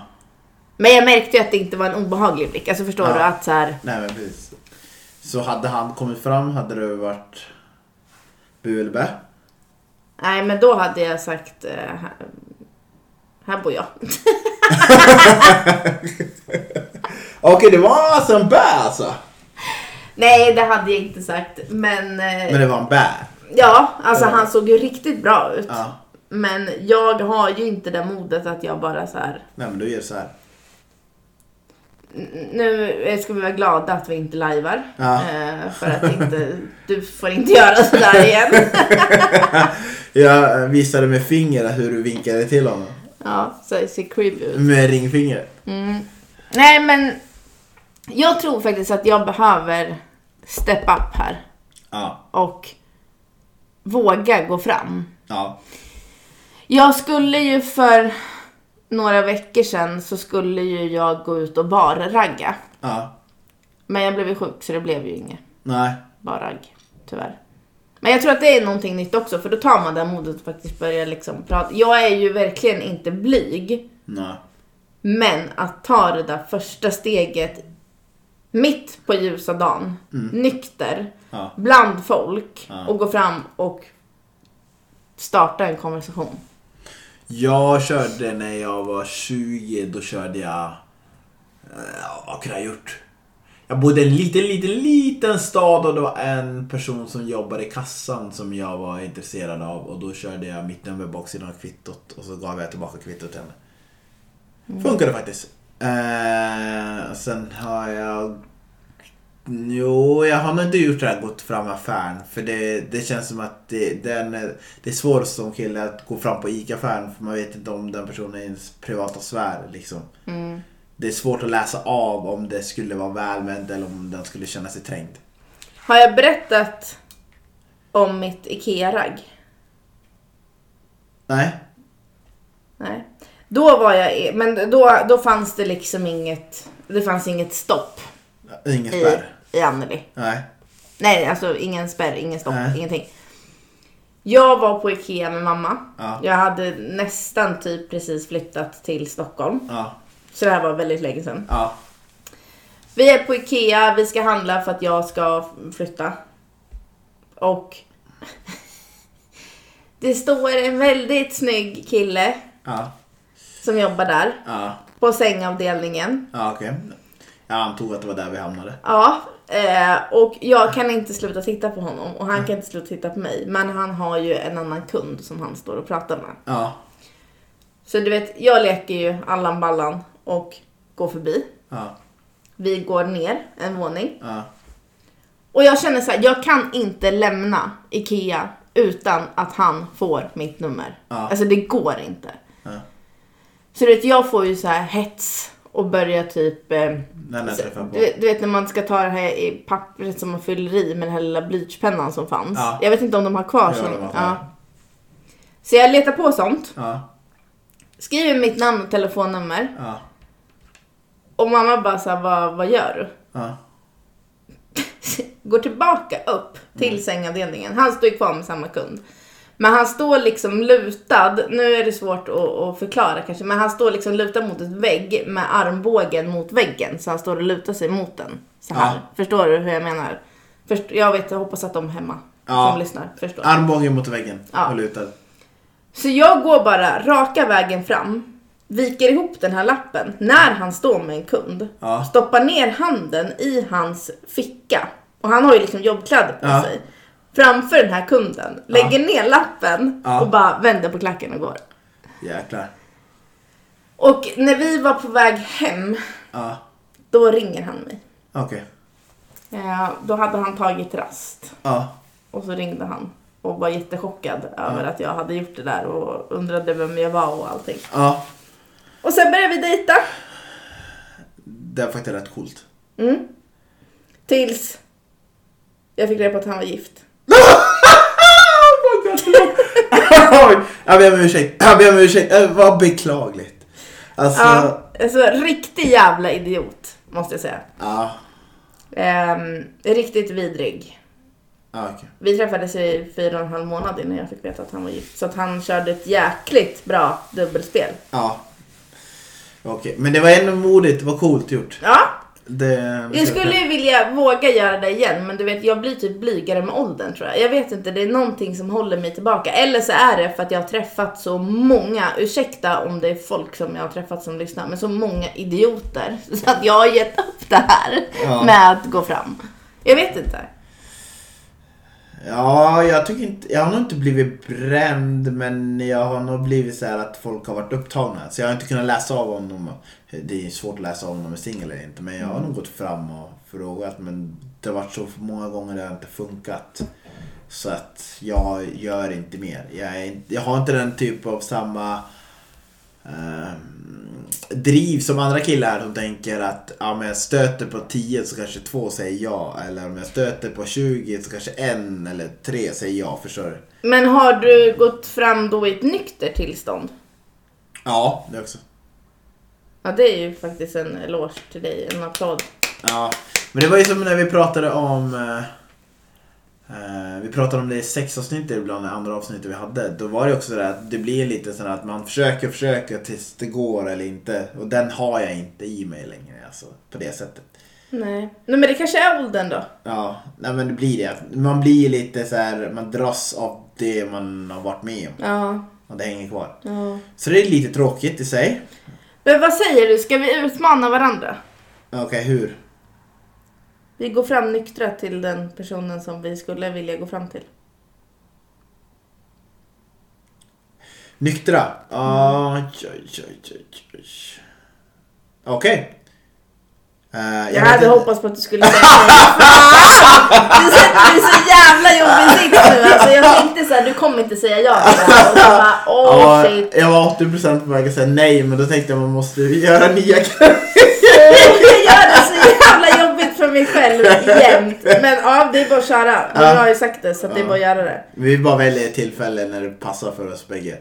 [SPEAKER 2] Men jag märkte ju att det inte var en obehaglig blick. Alltså förstår
[SPEAKER 1] Ja.
[SPEAKER 2] du att så här,
[SPEAKER 1] Nej men precis. Så hade han kommit fram hade det varit bu eller bä?
[SPEAKER 2] nej men då hade jag sagt eh, här, här bor jag.
[SPEAKER 1] Okej, det var alltså en bä alltså.
[SPEAKER 2] nej, det hade jag inte sagt. Men, eh,
[SPEAKER 1] Men det var en bä.
[SPEAKER 2] ja, alltså han såg ju riktigt bra ut.
[SPEAKER 1] Ja.
[SPEAKER 2] Men jag har ju inte det modet att jag bara så här.
[SPEAKER 1] Nej men du gör så här.
[SPEAKER 2] "N- Nu eh, ska vi vara glada att vi inte lajvar.
[SPEAKER 1] Ja.
[SPEAKER 2] Eh, för att inte, du får inte göra sådär igen.
[SPEAKER 1] Jag visade med fingret hur du vinkade till honom.
[SPEAKER 2] ja, så det ser creepy ut.
[SPEAKER 1] Med ringfingret.
[SPEAKER 2] Nej men, jag tror faktiskt att jag behöver step up här.
[SPEAKER 1] Ja,
[SPEAKER 2] Och våga gå fram.
[SPEAKER 1] ja,
[SPEAKER 2] Jag skulle ju för några veckor sedan så skulle ju jag gå ut och barragga.
[SPEAKER 1] ja.
[SPEAKER 2] Men jag blev ju sjuk så det blev ju inget
[SPEAKER 1] Nej.
[SPEAKER 2] barragg, tyvärr. Men jag tror att det är någonting nytt också för då tar man det här modet och faktiskt börjar liksom prata. Jag är ju verkligen inte blyg.
[SPEAKER 1] Nej.
[SPEAKER 2] Men att ta det där första steget mitt på ljusa dagen, nykter,
[SPEAKER 1] Mm. Ja.
[SPEAKER 2] bland folk
[SPEAKER 1] Ja.
[SPEAKER 2] och gå fram och starta en konversation.
[SPEAKER 1] Jag körde när jag var 20, då körde jag... eh, Vad kunde jag ha gjort? Jag bodde i en liten, liten, liten stad och det var en person som jobbade i kassan som jag var intresserad av och då körde jag mitt nummer på baksidan av kvittot och så gav jag tillbaka kvittot till henne. Funkade faktiskt. Eh, sen har jag... Jo, jag har nog inte gjort det här gått fram i affären. För det, det känns som att det, den, det är svårt som kille att gå fram på ICA-affären för man vet inte om den personen är i ens privata sfär. Liksom. Det är svårt att läsa av om det skulle vara välment eller om den skulle känna sig trängd.
[SPEAKER 2] Har jag berättat om mitt IKEA-ragg?
[SPEAKER 1] Nej.
[SPEAKER 2] Nej. Då var jag, i- men då, då fanns det liksom inget, det fanns inget stopp
[SPEAKER 1] Inget
[SPEAKER 2] i,
[SPEAKER 1] spärr.
[SPEAKER 2] i Anneli.
[SPEAKER 1] Nej.
[SPEAKER 2] Nej, alltså ingen spärr, ingen stopp,
[SPEAKER 1] Nej.
[SPEAKER 2] ingenting. Jag var på IKEA med mamma.
[SPEAKER 1] Ja.
[SPEAKER 2] Jag hade nästan typ precis flyttat till Stockholm.
[SPEAKER 1] Ja.
[SPEAKER 2] Så det här var väldigt länge sedan.
[SPEAKER 1] Ja.
[SPEAKER 2] Vi är på IKEA, vi ska handla för att jag ska flytta. Och det står en väldigt snygg kille
[SPEAKER 1] Ja.
[SPEAKER 2] som jobbar där
[SPEAKER 1] Ja.
[SPEAKER 2] på sängavdelningen.
[SPEAKER 1] Ja, okej. Jag antog att det var där vi hamnade.
[SPEAKER 2] Ja, eh, och jag kan inte sluta titta på honom och han kan inte sluta titta på mig. Men han har ju en annan kund som han står och pratar med.
[SPEAKER 1] Ja.
[SPEAKER 2] Så du vet, jag leker ju Allan Ballan och går förbi.
[SPEAKER 1] Ja.
[SPEAKER 2] Vi går ner en våning.
[SPEAKER 1] Ja.
[SPEAKER 2] Och jag känner så här, jag kan inte lämna IKEA utan att han får mitt nummer.
[SPEAKER 1] Ja.
[SPEAKER 2] Alltså det går inte.
[SPEAKER 1] Ja.
[SPEAKER 2] Så du vet, jag får ju så här hets och börjar typ... Eh,
[SPEAKER 1] Den jag
[SPEAKER 2] så-
[SPEAKER 1] träffade
[SPEAKER 2] du,
[SPEAKER 1] på.
[SPEAKER 2] vet- du vet när man ska ta det här i pappret som man fyller i med den här lilla blyertspennan som fanns.
[SPEAKER 1] Ja.
[SPEAKER 2] Jag vet inte om de har kvar
[SPEAKER 1] Ja,
[SPEAKER 2] sånt.
[SPEAKER 1] de har kvar.
[SPEAKER 2] Ja. Så jag letar på sånt,
[SPEAKER 1] Ja.
[SPEAKER 2] skriver mitt namn och telefonnummer.
[SPEAKER 1] Ja.
[SPEAKER 2] Och mamma bara så här, vad, vad gör du?
[SPEAKER 1] Ja.
[SPEAKER 2] Går tillbaka upp till
[SPEAKER 1] Mm.
[SPEAKER 2] sängavdelningen. Han står ju kvar med samma kund. Men han står liksom lutad, nu är det svårt att, att förklara kanske, men han står liksom lutad mot ett vägg med armbågen mot väggen. Så han står och lutar sig mot den. Så här.
[SPEAKER 1] Ja.
[SPEAKER 2] Förstår du hur jag menar? Först, jag vet, jag hoppas att de hemma
[SPEAKER 1] Ja.
[SPEAKER 2] som lyssnar förstår.
[SPEAKER 1] Armbågen mot väggen
[SPEAKER 2] Ja.
[SPEAKER 1] och lutad.
[SPEAKER 2] Så jag går bara raka vägen fram, viker ihop den här lappen när han står med en kund.
[SPEAKER 1] Ja.
[SPEAKER 2] Stoppar ner handen i hans ficka. Och han har ju liksom jobbkläder på
[SPEAKER 1] Ja.
[SPEAKER 2] sig. Framför den här kunden. Lägger ner lappen
[SPEAKER 1] Ja.
[SPEAKER 2] och bara vänder på klacken och går.
[SPEAKER 1] Jäklar.
[SPEAKER 2] Och när vi var på väg hem,
[SPEAKER 1] Ja.
[SPEAKER 2] då ringer han mig.
[SPEAKER 1] Okej.
[SPEAKER 2] Eh, Då hade han tagit rast.
[SPEAKER 1] Ja.
[SPEAKER 2] Och så ringde han och var jättechockad över att jag hade gjort det där och undrade vem jag var och allting.
[SPEAKER 1] Ja.
[SPEAKER 2] Och sen började vi dejta.
[SPEAKER 1] Det är faktiskt rätt coolt.
[SPEAKER 2] Mm. Tills jag fick reda på att han var gift.
[SPEAKER 1] Oj, jag ber om ursäkt. Jag ber om ursäkt. Eh, Vad beklagligt. Alltså.
[SPEAKER 2] Ja, alltså riktig jävla idiot måste jag säga.
[SPEAKER 1] Ja.
[SPEAKER 2] Ehm, riktigt vidrig.
[SPEAKER 1] Ja. Okej.
[SPEAKER 2] Vi träffades i fyra och en halv månad innan jag fick veta att han var gift. Så att han körde ett jäkligt bra dubbelspel.
[SPEAKER 1] Ja. Okej. Men det var ändå modigt. Det var coolt gjort.
[SPEAKER 2] Ja,
[SPEAKER 1] Det...
[SPEAKER 2] jag skulle ju vilja våga göra det igen men du vet jag blir typ blygare med åldern tror jag. Jag vet inte, det är någonting som håller mig tillbaka. Eller så är det för att jag har träffat så många, ursäkta om det är folk som jag har träffat som lyssnar, men så många idioter. Så att jag har gett upp det här
[SPEAKER 1] Ja.
[SPEAKER 2] med att gå fram. Jag vet inte.
[SPEAKER 1] Ja, jag tycker inte... Jag har nog inte blivit bränd men jag har nog blivit så här att folk har varit upptagna. Så jag har inte kunnat läsa av om de... Det är svårt att läsa av om de är singel eller inte men jag har nog gått fram och frågat men det har varit så många gånger det har inte funkat. Så att jag gör inte mer. Jag, är, inte- jag har inte den typ av samma ehm, driv som andra killar som tänker att ja, men jag stöter på 10 så kanske två säger ja. Eller om jag stöter på 20 så kanske en eller tre säger ja. Förstår du?
[SPEAKER 2] Men har du gått fram då i ett nykter tillstånd?
[SPEAKER 1] Ja, det också.
[SPEAKER 2] Ja det är ju faktiskt en eloge till dig, en applåd.
[SPEAKER 1] Ja, men det var ju som när vi pratade om eh, Eh, vi pratade om det i sex avsnittet ibland, i andra avsnittet vi hade. Då var det också det där att det blir lite sådär att man försöker och försöker tills det går eller inte. Och den har jag inte i mig längre alltså, på det sättet.
[SPEAKER 2] Nej. Nej, men det kanske är åldern då.
[SPEAKER 1] Ja, nej men det blir det. Man blir lite så här, man dras av det man har varit med om.
[SPEAKER 2] Ja.
[SPEAKER 1] Och det hänger kvar.
[SPEAKER 2] ja.
[SPEAKER 1] Så det är lite tråkigt i sig.
[SPEAKER 2] Men vad säger du, ska vi utmana varandra?
[SPEAKER 1] Okej, hur?
[SPEAKER 2] Vi går fram nyktra till den personen som vi skulle vilja gå fram till.
[SPEAKER 1] Nyktra? Ah, Oj, oj, oj, oj, oj. Okej. Eh,
[SPEAKER 2] Jag
[SPEAKER 1] vet
[SPEAKER 2] hade
[SPEAKER 1] inte.
[SPEAKER 2] hoppats på att du skulle säga nej. Fan! Du sätter mig i så jävla jobbig sits nu. Alltså jag tänkte så här, du kommer inte säga ja till det här. Och så bara, oh
[SPEAKER 1] Ja,
[SPEAKER 2] shit.
[SPEAKER 1] jag var 80% på väg att säga nej, men då tänkte jag man måste ju göra nya grejer.
[SPEAKER 2] Jag gör det så jävla jobbigt för mig själv jämt. Men ja, det är bara att köra. Du
[SPEAKER 1] Ja.
[SPEAKER 2] har ju sagt det så att det är bara att göra det.
[SPEAKER 1] Vi bara väljer ett tillfälle när det passar för oss bägge.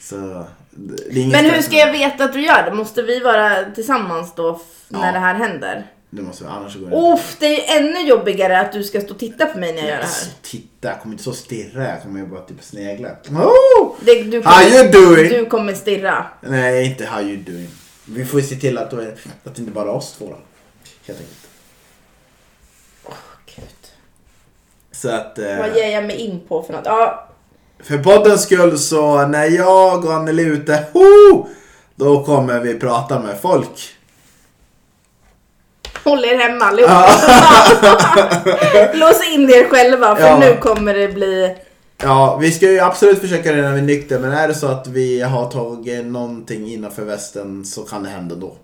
[SPEAKER 1] Så, det är inget
[SPEAKER 2] Men hur
[SPEAKER 1] stress
[SPEAKER 2] ska
[SPEAKER 1] med
[SPEAKER 2] jag veta att du gör det? Måste vi vara tillsammans då f- när
[SPEAKER 1] Ja.
[SPEAKER 2] det här händer?
[SPEAKER 1] Det måste vi, annars går det
[SPEAKER 2] Uff, det är ju ännu jobbigare att du ska stå och titta på mig när jag gör det här.
[SPEAKER 1] Så titta, jag kommer inte så stirra, jag kommer ju bara typ snegla. Oh!
[SPEAKER 2] Det, du,
[SPEAKER 1] How you doing?
[SPEAKER 2] du kommer stirra.
[SPEAKER 1] Nej, inte how you doing. Vi får ju se till att, att det inte bara är oss två då. Helt enkelt.
[SPEAKER 2] Åh, Gud.
[SPEAKER 1] Så att... eh,
[SPEAKER 2] Vad ger jag mig in på för något? Ja,
[SPEAKER 1] För poddens skull så när jag och Anneli är ute, ho! Då kommer vi prata med folk.
[SPEAKER 2] håll er hemma allihopa.
[SPEAKER 1] Ja,
[SPEAKER 2] Lås in er själva för
[SPEAKER 1] Ja.
[SPEAKER 2] nu kommer det bli...
[SPEAKER 1] ja, vi ska ju absolut försöka det när vi är nykter men är det så att vi har tagit någonting innanför västen så kan det hända då.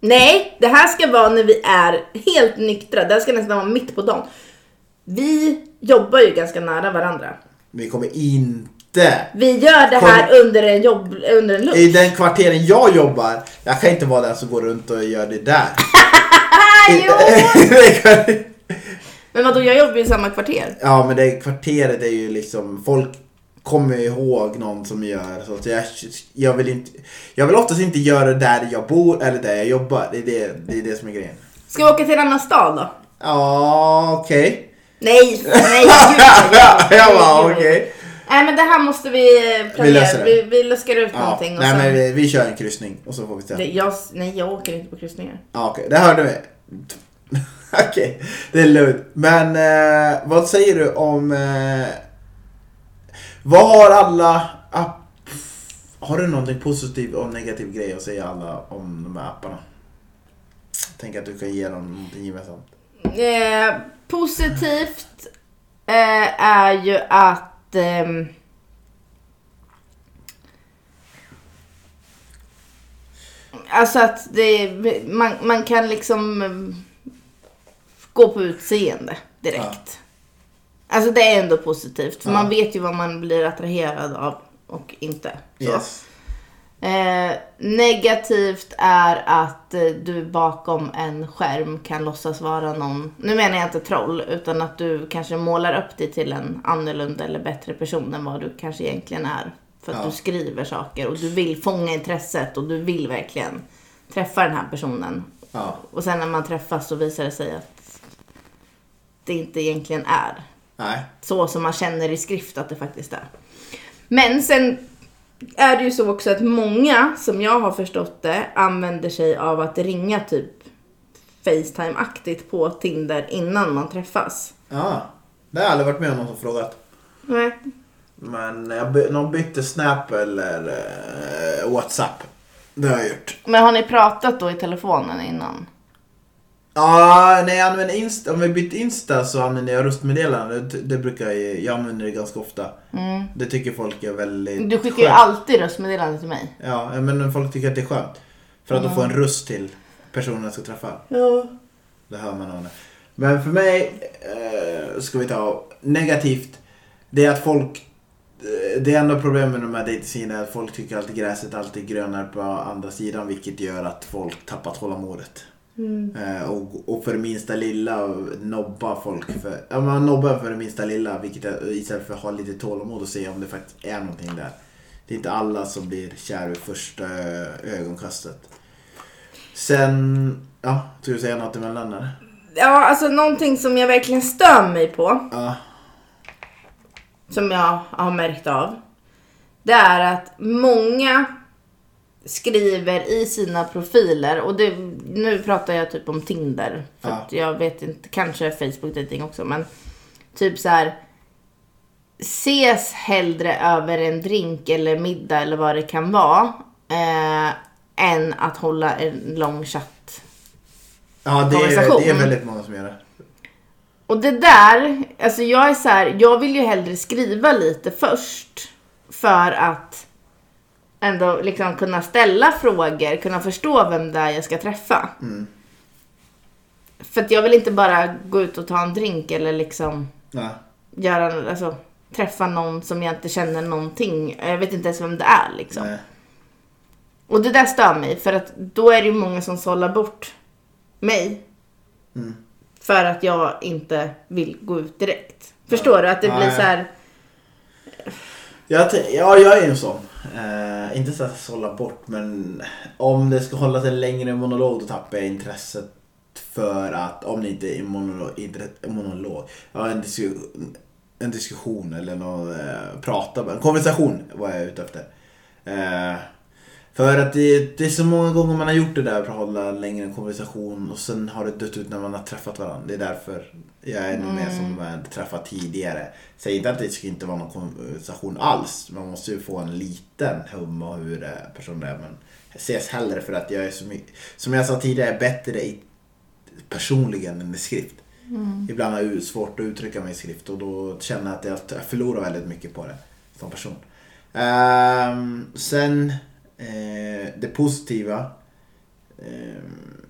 [SPEAKER 2] Nej, det här ska vara när vi är helt nyktra. Det här ska nästan vara mitt på dagen. Vi jobbar ju ganska nära varandra.
[SPEAKER 1] Vi kommer inte...
[SPEAKER 2] Vi gör det här under en, jobb, under en lunch.
[SPEAKER 1] I den kvarteren jag jobbar, jag kan inte vara den som går runt och gör det där.
[SPEAKER 2] jo!
[SPEAKER 1] Det kan-
[SPEAKER 2] Men vadå, jag jobbar ju i samma kvarter.
[SPEAKER 1] Ja men det kvarteret är ju liksom, folk kommer ihåg någon som gör så att jag, jag vill inte, jag vill oftast inte göra det där jag bor eller där jag jobbar. Det är det, det, är det som är grejen.
[SPEAKER 2] Ska vi åka till en annan stad då?
[SPEAKER 1] Ja okej.
[SPEAKER 2] Nej, nej, gud.
[SPEAKER 1] jag bara
[SPEAKER 2] Gud.
[SPEAKER 1] okej.
[SPEAKER 2] Nej men det här måste vi eh,
[SPEAKER 1] Vi löser
[SPEAKER 2] planera.
[SPEAKER 1] det.
[SPEAKER 2] Vi, vi luskar ut
[SPEAKER 1] Ja,
[SPEAKER 2] någonting och
[SPEAKER 1] nej
[SPEAKER 2] sen...
[SPEAKER 1] men vi, vi kör en kryssning och så får vi
[SPEAKER 2] det,
[SPEAKER 1] se.
[SPEAKER 2] jag, nej jag åker inte på kryssningar.
[SPEAKER 1] Ja okej, det hörde vi. okej, det är lugnt. Men eh, vad säger du om, eh, vad har alla app... Har du någonting positiv och negativ grej att säga alla om de här apparna? Tänk att du kan ge dem någonting gemensamt.
[SPEAKER 2] Eh, positivt eh, är ju att ehm, Alltså att det, man, man kan liksom ehm, gå på utseende direkt. Alltså det är ändå positivt för
[SPEAKER 1] Ja.
[SPEAKER 2] man vet ju vad man blir attraherad av och inte. Så.
[SPEAKER 1] Yes.
[SPEAKER 2] Eh, negativt är att eh, du bakom en skärm kan låtsas vara någon, nu menar jag inte troll, utan att du kanske målar upp dig till en annorlunda eller bättre person än vad du kanske egentligen är. För att
[SPEAKER 1] Ja.
[SPEAKER 2] du skriver saker och du vill fånga intresset och du vill verkligen träffa den här personen.
[SPEAKER 1] Ja.
[SPEAKER 2] Och sen när man träffas så visar det sig att det inte egentligen är
[SPEAKER 1] Nej.
[SPEAKER 2] så som man känner i skrift att det faktiskt är. Men sen är det ju så också att många, som jag har förstått det, använder sig av att ringa typ Facetime-aktigt på Tinder innan man träffas.
[SPEAKER 1] Ja. Det har jag aldrig varit med om någon som frågat.
[SPEAKER 2] Nej.
[SPEAKER 1] Men jag by- någon bytte Snap eller eh, WhatsApp. Det har jag gjort.
[SPEAKER 2] Men har ni pratat då i telefonen innan?
[SPEAKER 1] Ja, när jag använder Insta, om vi byter Insta så använder jag röstmeddelanden. Det, det brukar jag, jag använder det ganska ofta. Det tycker folk är väldigt
[SPEAKER 2] Mm. Du skickar ju
[SPEAKER 1] skönt.
[SPEAKER 2] alltid röstmeddelande till mig.
[SPEAKER 1] Ja, men folk tycker att det är skönt. För att
[SPEAKER 2] Mm.
[SPEAKER 1] då får en röst till personen jag ska träffa.
[SPEAKER 2] Ja.
[SPEAKER 1] Det hör man av henne. Men för mig, eh, ska vi ta negativt, det är att folk eh, det enda problemet med de här dejtsidorna är att folk tycker att gräset alltid är grönare på andra sidan vilket gör att folk tappar tålamodet. Eh, och, och för det minsta lilla nobbar folk. För, ja, man nobbar för det minsta lilla vilket är, istället för att ha lite tålamod och se om det faktiskt är någonting där. Det är inte alla som blir kär vid första eh, ögonkastet. Sen, ja, ska du säga något emellan eller?
[SPEAKER 2] Ja, alltså någonting som jag verkligen stör mig på
[SPEAKER 1] Ja,
[SPEAKER 2] som jag har märkt av. Det är att många skriver i sina profiler och det, nu pratar jag typ om Tinder. För
[SPEAKER 1] Ja.
[SPEAKER 2] att jag vet inte, kanske Facebook dating också men typ så här. Ses hellre över en drink eller middag eller vad det kan vara. Eh, än att hålla en lång chatt
[SPEAKER 1] Ja, det är,
[SPEAKER 2] Konversation.
[SPEAKER 1] det är väldigt många som gör det.
[SPEAKER 2] Och det där, alltså jag är så här, jag vill ju hellre skriva lite först. För att ändå liksom kunna ställa frågor, kunna förstå vem det är jag ska träffa. För att jag vill inte bara gå ut och ta en drink eller liksom
[SPEAKER 1] Ja.
[SPEAKER 2] göra, alltså träffa någon som jag inte känner någonting. Jag vet inte ens vem det är liksom.
[SPEAKER 1] Nej.
[SPEAKER 2] Och det där stör mig för att då är det ju många som sållar bort mig.
[SPEAKER 1] Mm.
[SPEAKER 2] För att jag inte vill gå ut direkt. Förstår du? Att det
[SPEAKER 1] Ja,
[SPEAKER 2] blir
[SPEAKER 1] ja.
[SPEAKER 2] så här.
[SPEAKER 1] Jag, t- ja, jag är ju en sån. Eh, inte så att sålla bort, men om det ska hållas en längre monolog då tappar jag intresset för att om det inte är en monolog, idre- en, monolog ja, en, diskussion, en diskussion eller något, eh, prata, en konversation var jag ute efter. Eh, för att det, det är så många gånger man har gjort det där, att hålla en längre konversation och sen har det dött ut när man har träffat varandra. Det är därför jag är nog mer som man träffat tidigare. Säg inte att det ska inte vara någon konversation alls. Man måste ju få en liten hum om hur det- personen är. Men ses hellre för att jag är så mycket, som jag sa tidigare, bättre i personligen än i skrift. Ibland har jag ju svårt att uttrycka mig i skrift och då känner jag att jag förlorar väldigt mycket på det som person. Ehm, sen eh, det positiva. Ehm,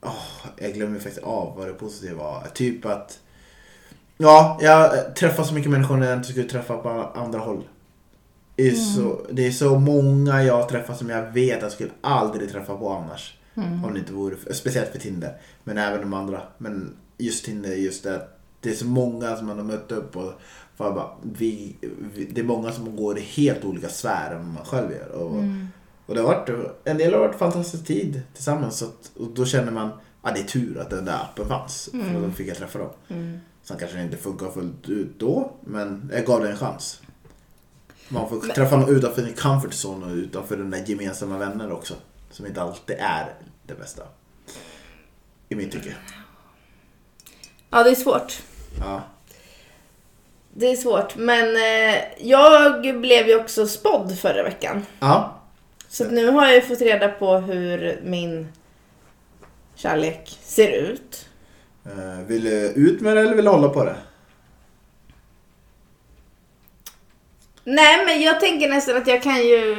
[SPEAKER 1] åh, jag glömmer faktiskt av vad det positiva var. Typ att Ja, jag träffar så mycket människor när jag inte skulle träffa på andra håll. Det är, så, det är så många jag träffar som jag vet jag skulle aldrig träffa på annars. Om det inte vore för, speciellt för Tinder. Men även de andra. Men just Tinder, just det att det är så många som man har mött upp och för bara, vi, vi, det är många som går i helt olika sfärer än vad man själv gör. Och, och det har varit, en del har varit fantastisk tid tillsammans. Så att, och då känner man att ah, det är tur att den där appen fanns. För då fick jag träffa dem. Sen kanske det inte funkar fullt ut då, men jag gav det en chans. Man får träffa någon utanför sin comfort zone och utanför den där gemensamma vänner också. Som inte alltid är det bästa. I mitt tycke.
[SPEAKER 2] Ja, det är svårt.
[SPEAKER 1] Ja.
[SPEAKER 2] Det är svårt. Men eh, jag blev ju också spådd förra veckan.
[SPEAKER 1] Ja.
[SPEAKER 2] Så att nu har jag ju fått reda på hur min kärlek ser ut.
[SPEAKER 1] Eh, Vill du ut med det eller vill du hålla på det?
[SPEAKER 2] Nej, men jag tänker nästan att jag kan ju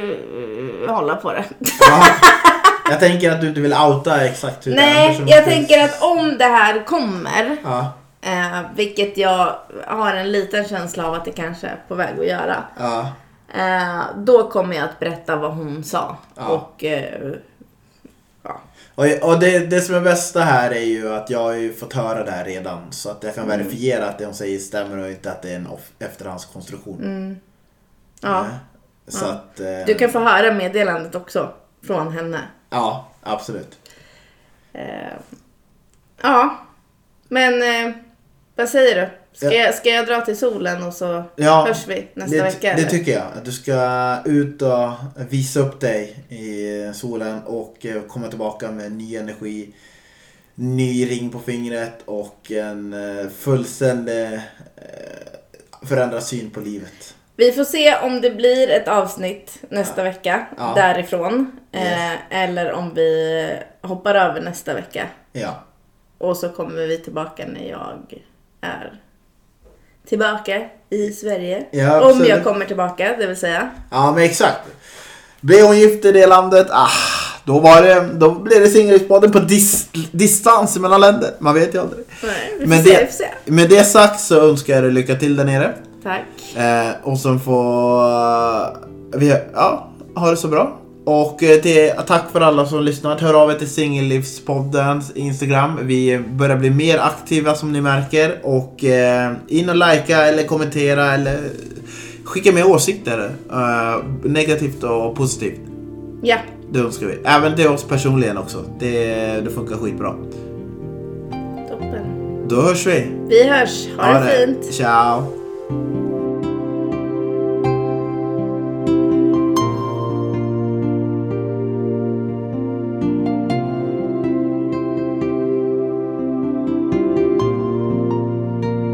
[SPEAKER 2] eh, hålla på det.
[SPEAKER 1] Ja. Jag tänker att du inte vill outa exakt hur det är.
[SPEAKER 2] Nej,
[SPEAKER 1] eftersom
[SPEAKER 2] jag
[SPEAKER 1] det finns-
[SPEAKER 2] tänker att om det här kommer
[SPEAKER 1] Ja.
[SPEAKER 2] Eh, vilket jag har en liten känsla av att det kanske är på väg att göra.
[SPEAKER 1] Ja.
[SPEAKER 2] Eh, då kommer jag att berätta vad hon sa.
[SPEAKER 1] Ja.
[SPEAKER 2] Och, eh, ja.
[SPEAKER 1] Och, och det, det som är bästa här är ju att jag har ju fått höra det här redan. Så att jag
[SPEAKER 2] Mm.
[SPEAKER 1] kan verifiera att det hon säger stämmer och inte att det är en off- efterhandskonstruktion.
[SPEAKER 2] Mm. Ja.
[SPEAKER 1] Nej. Så att... eh,
[SPEAKER 2] Du kan få höra meddelandet också från henne.
[SPEAKER 1] Ja, absolut.
[SPEAKER 2] Eh, ja, men eh, vad säger du? Ska,
[SPEAKER 1] Ja.
[SPEAKER 2] jag, ska jag dra till solen och så
[SPEAKER 1] Ja,
[SPEAKER 2] hörs vi nästa
[SPEAKER 1] det,
[SPEAKER 2] vecka?
[SPEAKER 1] Det
[SPEAKER 2] eller?
[SPEAKER 1] tycker jag. Att du ska ut och visa upp dig i solen och eh, komma tillbaka med ny energi. Ny ring på fingret och en eh, fullständig eh, förändrad syn på livet.
[SPEAKER 2] Vi får se om det blir ett avsnitt nästa vecka
[SPEAKER 1] Ja.
[SPEAKER 2] därifrån. Eh,
[SPEAKER 1] Yes.
[SPEAKER 2] eller om vi hoppar över nästa vecka.
[SPEAKER 1] Ja.
[SPEAKER 2] Och så kommer vi tillbaka när jag är tillbaka i Sverige.
[SPEAKER 1] Ja,
[SPEAKER 2] om
[SPEAKER 1] absolut.
[SPEAKER 2] jag kommer tillbaka, det vill säga.
[SPEAKER 1] Ja men exakt. Blev hon gift i det landet, ah, då, var det, då blev det singelspodden på dis, distans mellan länder. Man vet ju aldrig.
[SPEAKER 2] Nej, vi får
[SPEAKER 1] Med
[SPEAKER 2] se, vi
[SPEAKER 1] det,
[SPEAKER 2] får se.
[SPEAKER 1] med det sagt så önskar jag dig lycka till där nere.
[SPEAKER 2] Tack.
[SPEAKER 1] Eh, och sen får eh, vi ja, ha det så bra. Och eh, till, tack för alla som lyssnat. Hör av er till Singellivspoddens Instagram. Vi börjar bli mer aktiva som ni märker. Och eh, in och likea eller kommentera eller skicka med åsikter. Eh, negativt och positivt.
[SPEAKER 2] Ja,
[SPEAKER 1] Det önskar vi. Även till oss personligen också. Det, det funkar skitbra.
[SPEAKER 2] toppen.
[SPEAKER 1] Då hörs vi.
[SPEAKER 2] Vi hörs, ha det fint!
[SPEAKER 1] Ciao.